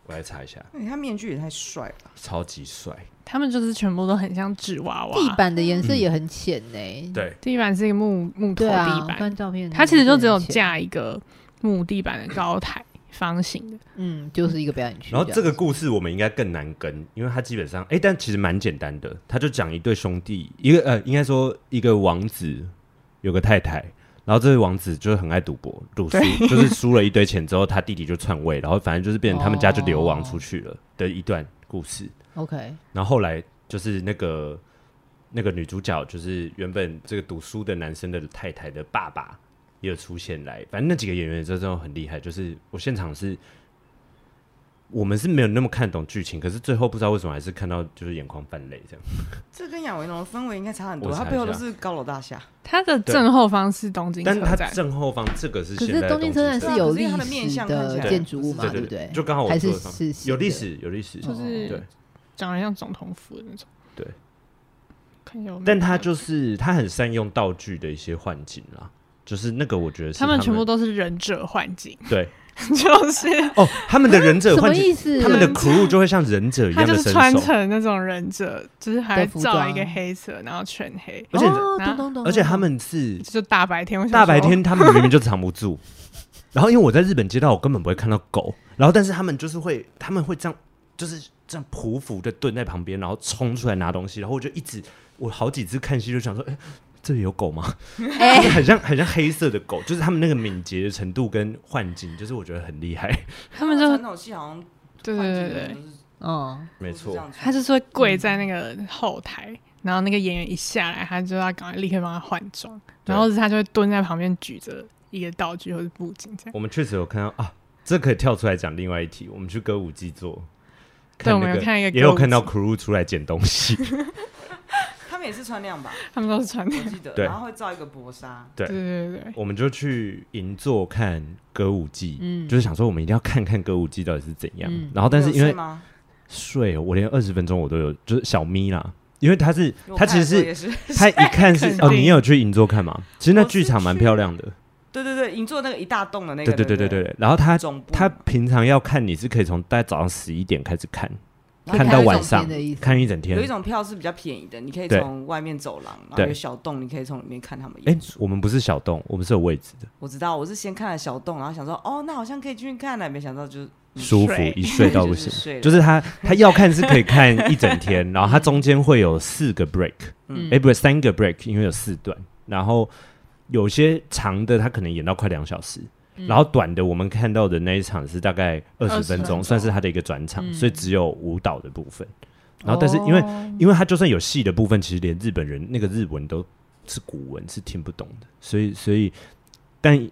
Speaker 1: 我来查一下，
Speaker 2: 哎他面具也太帅了吧，
Speaker 1: 超级帅，
Speaker 4: 他们就是全部都很像纸娃娃，
Speaker 3: 地板的颜色也很浅呢。
Speaker 1: 对，
Speaker 4: 地板是一个木木头
Speaker 3: 对
Speaker 4: 地
Speaker 3: 啊，我
Speaker 4: 板，
Speaker 3: 看照片，
Speaker 4: 它其实就只有
Speaker 3: 这样，
Speaker 4: 架一个木地板的高台，方形的。
Speaker 3: 嗯，就是一个表演区。
Speaker 1: 然后这个
Speaker 3: 样子
Speaker 1: 故事我们应该更难跟，因为它基本上，哎、但其实蛮简单的，他就讲一对兄弟，一个呃，应该说一个王子有个太太，然后这位王子就是很爱赌博，赌输就是输了一堆钱之后，他弟弟就篡位，然后反正就是变成他们家就流
Speaker 3: 哦
Speaker 1: 亡出去了的一段故事。
Speaker 3: OK，
Speaker 1: 然后后来就是那个那个女主角，就是原本这个读书的男生的太太的爸爸也有出现来，反正那几个演员真的很厉害。就是我现场是，我们是没有那么看懂剧情，可是最后不知道为什么还是看到就是眼眶泛泪这样。
Speaker 2: 这跟亚维农的氛围应该差很多，
Speaker 1: 我查一
Speaker 2: 他
Speaker 1: 下
Speaker 2: 背后都是高楼大厦，
Speaker 4: 它的正后方是东京
Speaker 1: 但
Speaker 4: 车
Speaker 1: 它
Speaker 4: 站，
Speaker 1: 正后方这个是
Speaker 3: 可
Speaker 1: 现
Speaker 3: 是
Speaker 1: 在的
Speaker 3: 东京车站
Speaker 2: 对
Speaker 3: 是
Speaker 2: 啊
Speaker 3: 有
Speaker 2: 可是
Speaker 3: 历
Speaker 2: 因为它的面
Speaker 3: 史
Speaker 2: 相看起
Speaker 3: 的
Speaker 2: 来
Speaker 3: 建筑物嘛，
Speaker 1: 对
Speaker 3: 对
Speaker 1: 对
Speaker 3: 不对？
Speaker 1: 就刚好我
Speaker 3: 还
Speaker 1: 做
Speaker 3: 是
Speaker 1: 的方
Speaker 3: 是新
Speaker 1: 有历
Speaker 3: 的
Speaker 1: 史有历史，
Speaker 4: 就是
Speaker 1: 哦对
Speaker 4: 长得像总统府的那种。
Speaker 1: 对，
Speaker 4: 看一下有没有
Speaker 1: 但他就是他很善用道具的一些幻境啦，就是那个我觉得是
Speaker 4: 他们
Speaker 1: 们
Speaker 4: 全部都是忍者幻境，
Speaker 1: 对
Speaker 4: 就是
Speaker 1: 哦，他们的忍者
Speaker 3: 什么
Speaker 1: 幻境
Speaker 3: 意思？
Speaker 1: 他们的 crew 就会像忍者一
Speaker 4: 他
Speaker 1: 样
Speaker 4: 就
Speaker 1: 的
Speaker 4: 是
Speaker 1: 身
Speaker 4: 穿
Speaker 1: 手，
Speaker 4: 成那种忍者，就是还
Speaker 3: 的服
Speaker 4: 罩
Speaker 3: 装
Speaker 4: 一个黑色，然后全黑，
Speaker 1: 而且
Speaker 2: 啊
Speaker 3: 哦，
Speaker 4: 然后
Speaker 3: 懂懂懂，
Speaker 1: 而且
Speaker 3: 懂
Speaker 1: 他们是
Speaker 4: 就大白天。我想
Speaker 1: 大白
Speaker 4: 说
Speaker 1: 天，他们明明就藏不住。然后因为我在日本街道，我根本不会看到狗，然后但是他们就是会，他们会这样，就是这样匍匐的蹲在旁边，然后冲出来拿东西，然后我就一直，我好几次看戏就想说，哎，这里有狗吗？
Speaker 3: 哎
Speaker 1: 就是很像很像黑色的狗，就是他们那个敏捷的程度跟幻境，就是我觉得很厉害，
Speaker 4: 他们就
Speaker 2: 传统戏好像
Speaker 4: 对
Speaker 2: 换
Speaker 4: 对
Speaker 2: 几个
Speaker 4: 对
Speaker 2: 人
Speaker 4: 对，
Speaker 2: 都是
Speaker 3: 嗯，
Speaker 1: 没
Speaker 2: 都是这
Speaker 1: 错，
Speaker 2: 样子
Speaker 4: 他就是会
Speaker 1: 嗯
Speaker 4: 跪在那个后台，然后那个演员一下来，他就要赶快立刻帮他换装，
Speaker 1: 对
Speaker 4: 然后他就会蹲在旁边举着一个道具或者布景这样。
Speaker 1: 我们确实有看到啊，这可以跳出来讲另外一题，我们去歌舞伎做，
Speaker 4: 对，我
Speaker 1: 那
Speaker 4: 们有
Speaker 1: 个
Speaker 4: 看一个
Speaker 1: 也有
Speaker 4: girls
Speaker 1: 看到 crew 出来捡东西，
Speaker 2: 他们也是穿那 样吧，
Speaker 4: 他们都是穿那
Speaker 2: 我
Speaker 4: 个，
Speaker 2: 记得，
Speaker 1: 对
Speaker 2: 然后会罩一个薄纱，
Speaker 1: 对
Speaker 4: 对对对对，
Speaker 1: 我们就去银座看歌舞伎，
Speaker 2: 嗯
Speaker 1: 就是想说我们一定要看看歌舞伎到底是怎样。
Speaker 3: 嗯
Speaker 1: 然后，但是
Speaker 2: 有
Speaker 1: 因
Speaker 2: 睡
Speaker 1: 为
Speaker 2: 吗
Speaker 1: 睡，我连二十分钟我都有，就是小咪啦，因为他是
Speaker 2: 因为我
Speaker 1: 他
Speaker 2: 看
Speaker 1: 其
Speaker 2: 的
Speaker 1: 实
Speaker 2: 时候
Speaker 1: 是
Speaker 2: 也是，
Speaker 1: 他一看是
Speaker 4: 肯定
Speaker 1: 哦，你也有去银座看吗？其实那剧场蛮漂亮的，
Speaker 2: 对对对，银座那个一大栋的那个，
Speaker 1: 对对对对
Speaker 2: 对，
Speaker 1: 对。然后他
Speaker 2: 总部
Speaker 1: 他平常要看你是可以从大概早上十一点开始看，
Speaker 3: 会
Speaker 1: 看
Speaker 3: 看
Speaker 1: 到
Speaker 3: 一
Speaker 1: 晚
Speaker 3: 整
Speaker 1: 上
Speaker 3: 天的意，思
Speaker 1: 看一整
Speaker 2: 有一
Speaker 1: 天。
Speaker 2: 种票是比较便宜的，你可以
Speaker 1: 对
Speaker 2: 从外面走廊，然后
Speaker 1: 对
Speaker 2: 有小洞，你可以从里面看他们
Speaker 1: 哎
Speaker 2: 演出。，
Speaker 1: 我们不是小洞，我们是有位置的，
Speaker 2: 我知道，我是先看了小洞，然后想说，哦，那好像可以进去看了，没想到就是 嗯
Speaker 1: 舒服
Speaker 4: 睡，
Speaker 1: 一睡到不
Speaker 2: 就
Speaker 1: 行
Speaker 2: 是。睡了
Speaker 1: 就是他，他要看是可以看一整天，然后他中间会有四个 break，
Speaker 3: 嗯
Speaker 1: 哎、不是三个 break，因为有四段，然后有些长的他可能演到快两小时，
Speaker 2: 嗯
Speaker 1: 然后短的我们看到的那一场是大概嗯二十
Speaker 4: 20
Speaker 1: 分
Speaker 4: 分
Speaker 1: 钟，
Speaker 4: 钟
Speaker 1: 算是他的一个转场，
Speaker 3: 嗯
Speaker 1: 所以只有舞蹈的部分。然后，但是因为、因为他就算有戏的部分，其实连日本人那个日文都是古文，是听不懂的，所以所以但。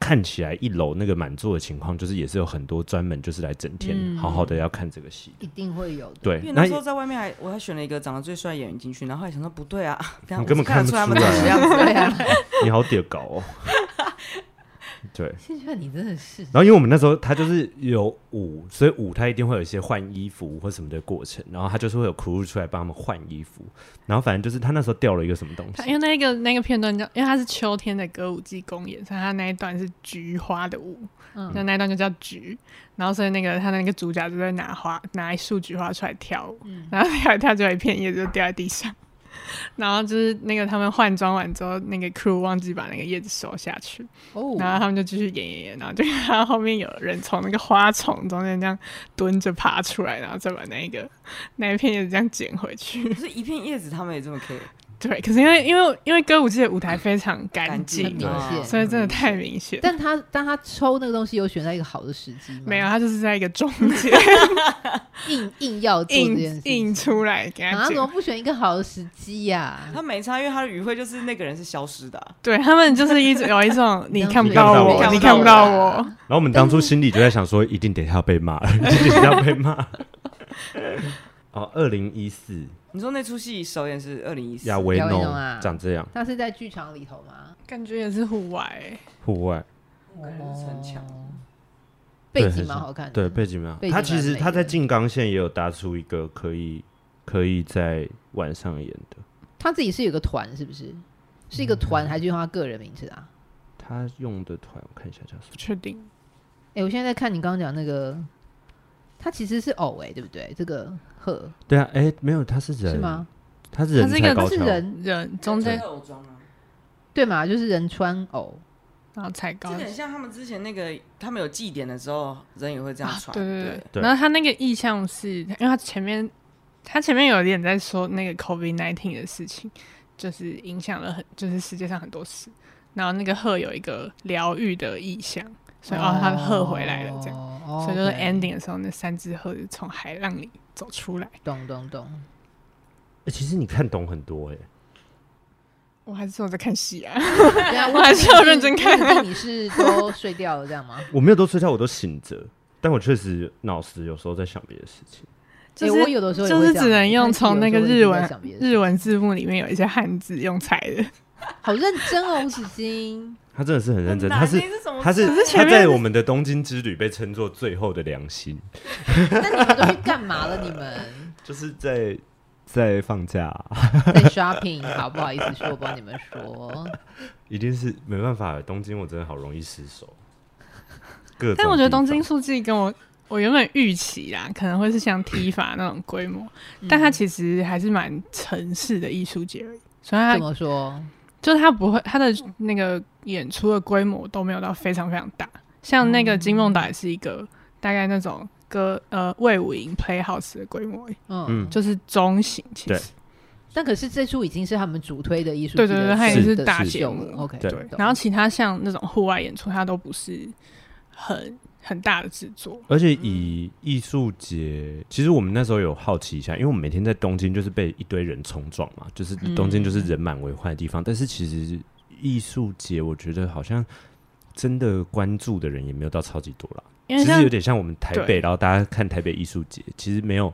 Speaker 1: 看起来一楼那个满座的情况，就是也是有很多专门就是来整天
Speaker 3: 嗯
Speaker 1: 好好的要看这个戏的。
Speaker 3: 一定会有的。
Speaker 1: 对
Speaker 2: 因为，
Speaker 1: 那
Speaker 2: 那时候在外面还我还选了一个长得最帅的演员进去，然后后来想说不 对啊，等一下
Speaker 1: 你根本
Speaker 2: 我是看
Speaker 1: 看不
Speaker 2: 得出他们
Speaker 1: 出来
Speaker 2: 长什么样子。
Speaker 3: 对啊，
Speaker 1: 你好屌搞哦！ 对。
Speaker 3: 谢炫，你真的是
Speaker 1: 然后因为我们那时候他就是有舞，所以舞他一定会有一些换衣服或什么的过程，然后他就是会有 crew 出来帮他们换衣服，然后反正就是他那时候掉了一个什么东
Speaker 4: 他
Speaker 1: 西
Speaker 4: 因，为那个那个片段叫，因为它是秋天的歌舞伎公演，所以它那一段是菊花的舞，
Speaker 3: 嗯
Speaker 4: 那那一段就叫菊。然后所以那个他那个主角就在拿花拿一束菊花出来跳舞，然后跳一跳就有一片叶子就掉在地上。然后就是那个他们换装完之后，那个 crew 忘记把那个叶子收下去，
Speaker 3: 哦，
Speaker 4: 然后他们就继续演演演，然后就看到后面有人从那个花丛中间这样蹲着爬出来，然后再把那个那一片叶子这样捡回去
Speaker 2: 可。是一片叶子他们也这么 care，
Speaker 4: 对，可是因为因为因为歌舞伎的舞台非常干净啊
Speaker 2: 啊
Speaker 3: 干，净明
Speaker 1: 啊
Speaker 3: 显
Speaker 4: 所以真
Speaker 2: 嗯
Speaker 4: 的太明显。
Speaker 3: 但他但他抽那个东西有选在一个好的时机吗？
Speaker 4: 没有，，他就是在一个中间
Speaker 3: 硬硬要做这件
Speaker 4: 印
Speaker 3: 事情。
Speaker 4: 印出来给
Speaker 3: 啊，
Speaker 4: 他
Speaker 3: 怎
Speaker 4: 剪。
Speaker 3: 么不选一个好的时机呀？
Speaker 2: 他没差，因为他的语汇就是那个人是消失的啊、
Speaker 4: 对他们就是一直有一种你看不
Speaker 1: 看不到
Speaker 4: 到我
Speaker 3: 啊
Speaker 1: 我，
Speaker 4: 你
Speaker 2: 看
Speaker 4: 看
Speaker 2: 不
Speaker 4: 不
Speaker 2: 到
Speaker 4: 到
Speaker 2: 我
Speaker 4: 我。
Speaker 1: 然后我们当初心里就在想说，一定等一下要被骂了， 一定等一下要被 骂了。哦，二零一四
Speaker 2: 你说那出戏首演是二零一四，
Speaker 1: 亚维
Speaker 3: 亚维
Speaker 1: 农
Speaker 3: 农啊
Speaker 1: 长这样，
Speaker 3: 他是在剧场里头吗？
Speaker 4: 感觉也是户外欸，
Speaker 1: 户外
Speaker 2: 可能是城墙
Speaker 3: 哦背景蛮好看的，
Speaker 1: 对背景蛮好
Speaker 3: 嗯背。景
Speaker 1: 他
Speaker 3: 蛮
Speaker 1: 其实
Speaker 3: 美
Speaker 1: 他在
Speaker 3: 的
Speaker 1: 静冈县也有搭出一个可以可以在晚上演的，
Speaker 3: 他自己是有个团，是不是？是一个
Speaker 1: 嗯
Speaker 3: 团，还是用他个人名字啊？
Speaker 1: 他用的团我看一下叫什
Speaker 4: 不确定。
Speaker 3: 哎、我现在在看你刚刚讲那个，他其实是偶哎、对不对？这个鹤
Speaker 1: 么？对啊，哎，没有，他是人
Speaker 3: 是？吗？
Speaker 1: 他是人
Speaker 4: 他是一
Speaker 1: 才
Speaker 4: 个
Speaker 1: 高
Speaker 3: 他
Speaker 4: 高
Speaker 3: 是
Speaker 1: 桥，
Speaker 3: 人
Speaker 4: 人中间，
Speaker 2: 偶装啊，
Speaker 3: 对嘛？就是人穿偶，
Speaker 4: 然后才
Speaker 2: 这
Speaker 4: 高
Speaker 2: 个。很像他们之前那个，他们有祭典的时候，人也会这样
Speaker 4: 啊
Speaker 2: 穿。
Speaker 4: 对对
Speaker 2: 对
Speaker 4: 对，然后他那个意向是，因为他前面他前面有点在说那个 COVID nineteen 的事情，就是影响了很，就是世界上很多事。然后那个鹤有一个疗愈的意向，所以哦，他的鹤回来了，这样。
Speaker 3: 样，
Speaker 4: 所以就是
Speaker 3: 哦 OK
Speaker 4: ending 的时候，那三只鹤就从海浪里走出来。
Speaker 3: 懂懂 懂。
Speaker 1: 哎其实你看懂很多哎，
Speaker 4: 我还是我在看戏啊，
Speaker 3: 对啊，
Speaker 4: 我还是要认真看
Speaker 3: 那你是都睡掉了 这样吗？
Speaker 1: 我没有都睡觉，我都醒着，但我确实脑子有时候在想别的事情。
Speaker 4: 就
Speaker 3: 欸
Speaker 4: 是
Speaker 3: 我有的时候也
Speaker 4: 就
Speaker 3: 会
Speaker 4: 是
Speaker 3: 这样
Speaker 4: 只能用
Speaker 3: 看戏有
Speaker 4: 从那
Speaker 3: 时
Speaker 4: 个
Speaker 3: 候
Speaker 4: 日
Speaker 3: 我也是在想别
Speaker 4: 文
Speaker 3: 的事
Speaker 4: 日文字幕里面有一些汉字用猜的，
Speaker 3: 好认真哦，吴子金。
Speaker 1: 他真的是很认真，
Speaker 2: 很难
Speaker 1: 他是
Speaker 2: 欸这怎么
Speaker 1: 他是
Speaker 2: 可
Speaker 1: 他在我们的东京之旅被称作最后的良心，
Speaker 3: 那你们都去干嘛了？你们
Speaker 1: 就是在在放假、
Speaker 3: 在 shopping？好不好意思说，我帮你们说。
Speaker 1: 一定是没办法。东京我真的好容易失手，各种
Speaker 4: 但我觉得东京
Speaker 1: 地方
Speaker 4: 数据跟我我原本预期啦，可能会 是像 T 法那种规模，
Speaker 1: 嗯
Speaker 4: 但它其实还是蛮城市的艺术节而已，所以它
Speaker 3: 怎么说？
Speaker 4: 就是它不会它的那个演出的规模都没有到非常非常大，像那个金
Speaker 1: 嗯
Speaker 4: 梦岛也是一个大概那种歌呃魏武营 Playhouse 的规模而已，
Speaker 3: 嗯
Speaker 1: 嗯，
Speaker 4: 就是中型其
Speaker 1: 对
Speaker 4: 实。
Speaker 3: 但可是这出已经是他们主推的艺术
Speaker 4: 对
Speaker 3: 季的，
Speaker 4: 对对它
Speaker 1: 也是
Speaker 3: 的
Speaker 4: 大
Speaker 3: 秀
Speaker 4: 节目
Speaker 3: OK，
Speaker 1: 对
Speaker 3: 懂
Speaker 4: 然后其他像那种户外演出，它都不是很很大的制作。
Speaker 1: 而且以艺术节，其实我们那时候有好奇一下，因为我们每天在东京就是被一堆人冲撞嘛，就是
Speaker 3: 嗯
Speaker 1: 东京就是人满为患的地方。但是其实艺术节，我觉得好像真的关注的人也没有到超级多啦。
Speaker 4: 因为
Speaker 1: 其实
Speaker 4: 像
Speaker 1: 有点像我们台北，
Speaker 4: 对
Speaker 1: 然后大家看台北艺术节，其实没有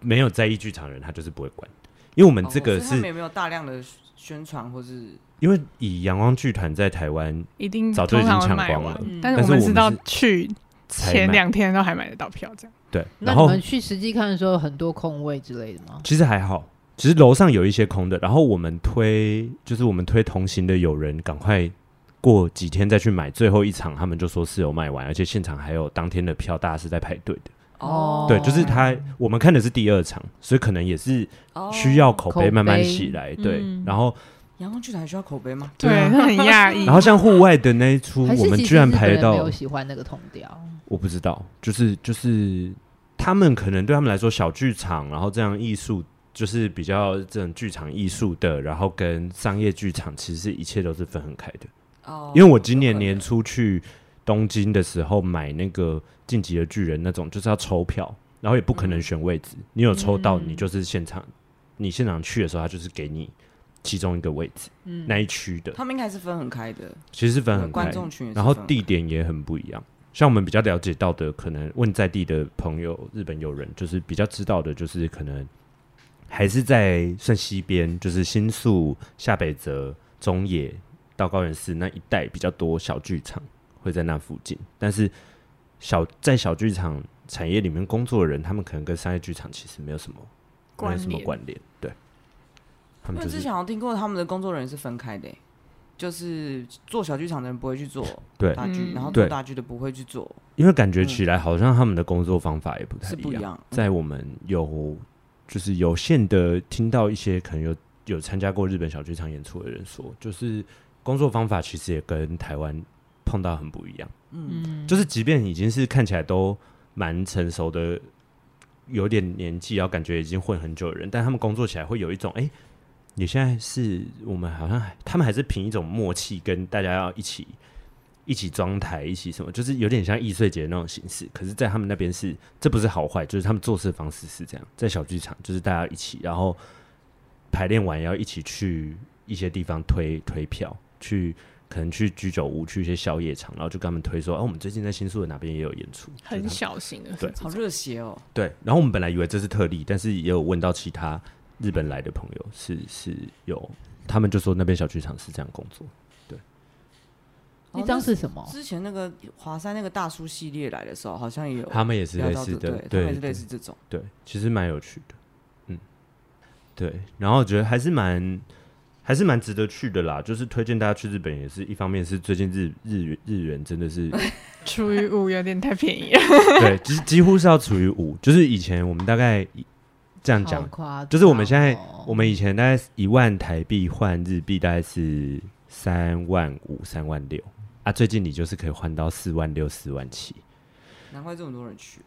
Speaker 1: 没有在意剧场人，他就是不会管，因为我们这
Speaker 2: 哦
Speaker 1: 个
Speaker 2: 所
Speaker 1: 是、
Speaker 2: 以他们有没有大量的宣传或是
Speaker 1: 因为以阳光剧团在台湾
Speaker 4: 一定
Speaker 1: 早就已经
Speaker 4: 通常会
Speaker 1: 抢
Speaker 4: 卖
Speaker 1: 光
Speaker 4: 完
Speaker 1: 了
Speaker 2: 嗯
Speaker 4: 但是
Speaker 1: 但
Speaker 4: 我
Speaker 1: 是
Speaker 4: 们
Speaker 1: 我
Speaker 4: 是
Speaker 1: 们
Speaker 4: 到
Speaker 1: 是
Speaker 4: 去
Speaker 1: 才
Speaker 4: 前
Speaker 1: 买
Speaker 4: 两天都还买得到票，这样
Speaker 1: 对，
Speaker 3: 那
Speaker 1: 然
Speaker 3: 你
Speaker 1: 后
Speaker 3: 们去实际看的时候，很多空位之类的吗？
Speaker 1: 其实还好，其实楼上有一些空的，然后我们推就是我们推同行的友人赶快。过几天再去买最后一场，他们就说是有卖完，而且现场还有当天的票，大家是在排队的。
Speaker 3: 哦
Speaker 1: 对，就是他，我们看的是第二场，所以可能也是
Speaker 2: 哦
Speaker 1: 需要口
Speaker 3: 口
Speaker 1: 碑慢慢
Speaker 3: 碑
Speaker 1: 起来。对，
Speaker 3: 嗯
Speaker 1: 然后
Speaker 2: 阳光剧团需要口碑吗？
Speaker 4: 对，
Speaker 1: 对啊
Speaker 4: 那很讶异
Speaker 1: 然。后像户外的那一出，
Speaker 3: 还是
Speaker 1: 我们
Speaker 3: 其实
Speaker 1: 居然
Speaker 3: 日本
Speaker 1: 排
Speaker 3: 人没
Speaker 1: 到
Speaker 3: 有，喜欢那个同调，
Speaker 1: 我不知道，就是就是他们可能对他们来说，小剧场，然后这样艺术就是比较这种剧场艺术的，然后跟商业剧场其实是一切都是分很开的。
Speaker 2: 哦，
Speaker 1: 因为我今年
Speaker 2: 有可能
Speaker 1: 年初去东京的时候买那个《晋级的巨人》那种，就是要抽票，然后也不可能选位置，你有抽到，
Speaker 3: 嗯
Speaker 1: 你就是现场，你现场去的时候，他就是给你其中一个位置，
Speaker 3: 嗯，
Speaker 1: 那一区的，
Speaker 2: 他们应该是分很开的，
Speaker 1: 其实是分很开
Speaker 2: 观
Speaker 1: 的。
Speaker 2: 众群也是
Speaker 1: 然后
Speaker 2: 分很
Speaker 1: 地点也很不一样。像我们比较了解到的，可能问在地的朋友、日本友人，就是比较知道的，就是可能还是在算西边，就是新宿、下北泽、中野到高圆寺那一带比较多小剧场，会在那附近，但是小在小剧场产业里面工作的人，他们可能跟商业剧场其实没有什么没有
Speaker 4: 关
Speaker 1: 什么
Speaker 4: 联
Speaker 1: 关联，对，他
Speaker 2: 因
Speaker 1: 们
Speaker 2: 为
Speaker 1: 就
Speaker 2: 之
Speaker 1: 是
Speaker 2: 前好像听过他们的工作人员是分开的、就是做小剧场的人不会去做
Speaker 1: 对
Speaker 2: 大剧，
Speaker 4: 嗯
Speaker 2: 然后做
Speaker 1: 对
Speaker 2: 大剧的不会去做，
Speaker 1: 因为感觉起来好像他们的工作方法也不太
Speaker 2: 嗯是不一样。
Speaker 1: 在我们有就是有限的听到一些可能有有参加过日本小剧场演出的人说，就是工作方法其实也跟台湾碰到很不一样。
Speaker 2: 嗯，
Speaker 3: 嗯，
Speaker 1: 就是即便已经是看起来都蛮成熟的，有点年纪，然后感觉已经混很久的人，但他们工作起来会有一种，哎、你现在是我们好像还他们还是凭一种默契跟大家要一起一起装台，一起什么，就是有点像易碎节那种形式。可是，在他们那边是这不是好坏，就是他们做事方式是这样，在小剧场就是大家一起，然后排练完要一起去一些地方推推票去。可能去居酒屋，去一些宵夜场，然后就跟他们推说，哦、我们最近在新宿的哪边也有演出，就是他
Speaker 4: 很
Speaker 1: 们
Speaker 4: 小型的，
Speaker 1: 对
Speaker 2: 好热血哦、
Speaker 1: 对，然后我们本来以为这是特例，但是也有问到其他日本来的朋友，是是有，他们就说那边小剧场是这样工作。
Speaker 3: 一张是什
Speaker 1: 哦
Speaker 3: 么？
Speaker 2: 之前那个华山那个大叔系列来的时候，好像也有
Speaker 1: 他们也是
Speaker 2: 聊
Speaker 1: 类
Speaker 2: 到
Speaker 1: 似
Speaker 2: 这，
Speaker 1: 的，
Speaker 2: 他们也
Speaker 1: 对
Speaker 2: 是类似这种。
Speaker 1: 对，其实蛮有趣的，嗯，对，然后我觉得还是蛮还是蛮值得去的啦，就是推荐大家去日本，也是一方面是最近日日元日元真的是
Speaker 4: 除以五有点太便宜了。
Speaker 1: 对几几乎是要处于五，就是以前我们大概这样讲
Speaker 3: 好夸张哦
Speaker 1: 就是我们现在，我们以前大概一万台币换日币大概是三万五、三万六啊，最近你就是可以换到四万六、四万七，
Speaker 2: 难怪这么多人去，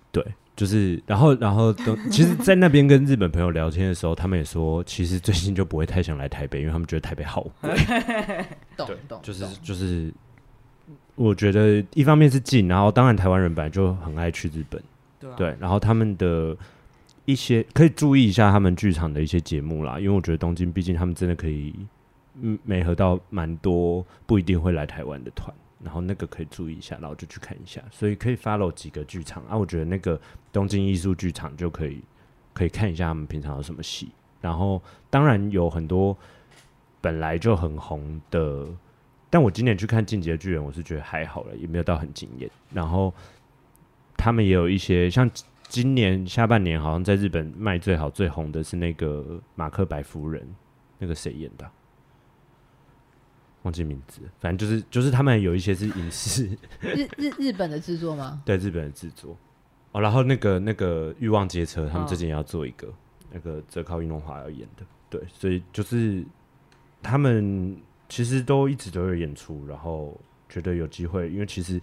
Speaker 1: 就是然后然后都，其实，在那边跟日本朋友聊天的时候，他们也说，其实最近就不会太想来台北，因为他们觉得台北好贵，
Speaker 3: 懂
Speaker 1: 对
Speaker 3: 懂，
Speaker 1: 就是
Speaker 3: 懂
Speaker 1: 就是，我觉得一方面是近，然后当然台湾人本来就很爱去日本。
Speaker 2: 对啊，
Speaker 1: 对，然后他们的一些可以注意一下他们剧场的一些节目啦，因为我觉得东京毕竟他们真的可以，嗯，美合到蛮多不一定会来台湾的团，然后那个可以注意一下，然后就去看一下，所以可以 follow 几个剧场啊，我觉得那个东京艺术剧场就可以可以看一下他们平常有什么戏，然后当然有很多本来就很红的。但我今年去看《进击的巨人》，我是觉得还好了，也没有到很惊艳。然后他们也有一些像今年下半年好像在日本卖最好、最红的是那个马克白夫人，那个谁演的啊、忘记名字了，反正就是就是他们有一些是影视
Speaker 3: 日日日本的制作吗？
Speaker 1: 对日本的制作哦，然后那个那个欲望街车，他们
Speaker 2: 嗯
Speaker 1: 最近也要做一个，那个泽靠运动华要演的，对，所以就是他们其实都一直都有演出，然后觉得有机会，因为其实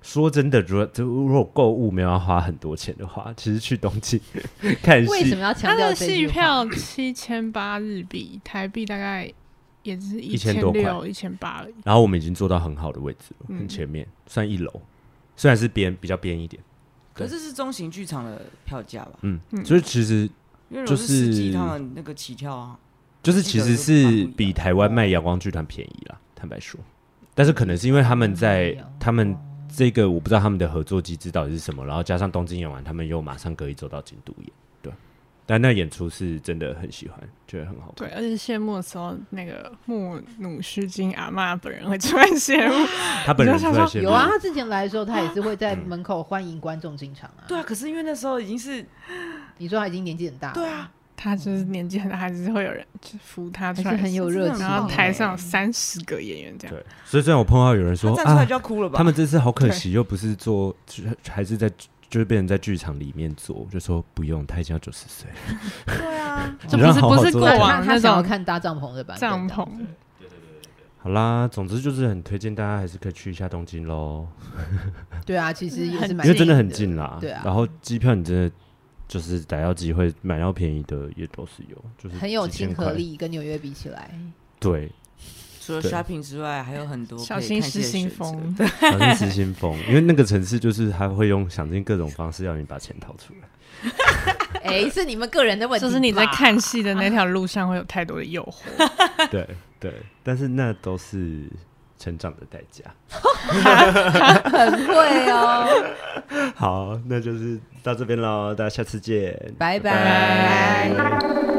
Speaker 1: 说真的，如果就如果购物没有要花很多钱的话，其实去东京 看
Speaker 3: 为什
Speaker 1: 戏
Speaker 3: 么要强
Speaker 4: 他
Speaker 3: 调
Speaker 4: 的
Speaker 3: 这
Speaker 4: 戏
Speaker 3: 句话？
Speaker 4: 票七千八日币，台币大概也只是一
Speaker 1: 1000多块
Speaker 4: 六、一千八而已。
Speaker 1: 然后我们已经坐到很好的位置了，
Speaker 4: 嗯
Speaker 1: 很前面，算一楼，虽然是边比较边一点，
Speaker 2: 可是是中型剧场的票价吧？
Speaker 1: 嗯，
Speaker 4: 嗯
Speaker 1: 所以其实
Speaker 2: 因为如
Speaker 1: 就
Speaker 2: 果是实
Speaker 1: 是
Speaker 2: 际他们那个起跳啊，
Speaker 1: 就是其实是比台湾卖阳光剧团便宜啦，坦白说，但是可能是因为他们在他们
Speaker 3: 哦
Speaker 1: 这个我不知道他们的合作机制到底是什么，然后加上东京演完，他们又马上隔一周到京都演，对，但那演出是真的很喜欢，觉得很好看
Speaker 4: 对，。而且谢幕的时候，那个木努须金阿嬷本人会出来谢 幕，
Speaker 1: 他本人出来先
Speaker 3: 有啊，，他之前来的时候，他也是会在
Speaker 1: 嗯
Speaker 3: 门口欢迎观众进场啊。
Speaker 2: 对啊，，可是因为那时候已经是
Speaker 3: 你说他已经年纪很大了，
Speaker 2: 对啊，
Speaker 4: 他就是年纪很大，还是会有人去扶他
Speaker 3: 还
Speaker 4: 出
Speaker 3: 是
Speaker 4: 来，
Speaker 3: 很有热情的。
Speaker 4: 然后
Speaker 2: 欸
Speaker 4: 台上有三十个演员这样，
Speaker 1: 对，所以虽然我碰到有人
Speaker 2: 他
Speaker 1: 说
Speaker 2: 站出来
Speaker 1: 啊
Speaker 2: 就，要哭了吧？
Speaker 1: 他们这次好可惜，又不是做，就还是在就是变成在剧场里面做，就说不用，他已经要九十岁了，
Speaker 2: 对啊，
Speaker 4: 这
Speaker 1: 你让
Speaker 4: 不是
Speaker 1: 好好
Speaker 4: 不是
Speaker 1: 做
Speaker 4: 过
Speaker 3: 那
Speaker 4: 往
Speaker 3: 他
Speaker 4: 那
Speaker 3: 他想要
Speaker 4: 种
Speaker 3: 看搭帐篷的版本，
Speaker 4: 帐篷，
Speaker 1: 好啦，总之就是很推荐大家还是可以去一下东京喽，
Speaker 3: 对啊，其实也是蛮
Speaker 1: 因为真的很近啦。
Speaker 3: 对啊
Speaker 1: 然后机票你真的就是逮到机会买到便宜的也都是有，就是
Speaker 3: 很有
Speaker 1: 几千
Speaker 3: 亲和
Speaker 1: 块。
Speaker 3: 力，跟纽约比起来，
Speaker 1: 对，
Speaker 2: 除了
Speaker 1: 对
Speaker 2: shopping 之外，还有很多可以
Speaker 4: 小心
Speaker 2: 看戏
Speaker 4: 失
Speaker 2: 的
Speaker 4: 心
Speaker 2: 选择
Speaker 4: 疯。
Speaker 1: 小心失心疯，因为那个城市就是他会用想尽各种方式要你把钱掏出来。
Speaker 3: 哎，是你们个人的问题，
Speaker 4: 就是你在看，戏的那条路上会有太多的诱惑，
Speaker 1: 对对，但是那都是成长的代价。
Speaker 3: 很会哦，
Speaker 1: 好，那就是到这边喽，大家下次见，
Speaker 2: 哎
Speaker 3: 拜拜。
Speaker 1: 拜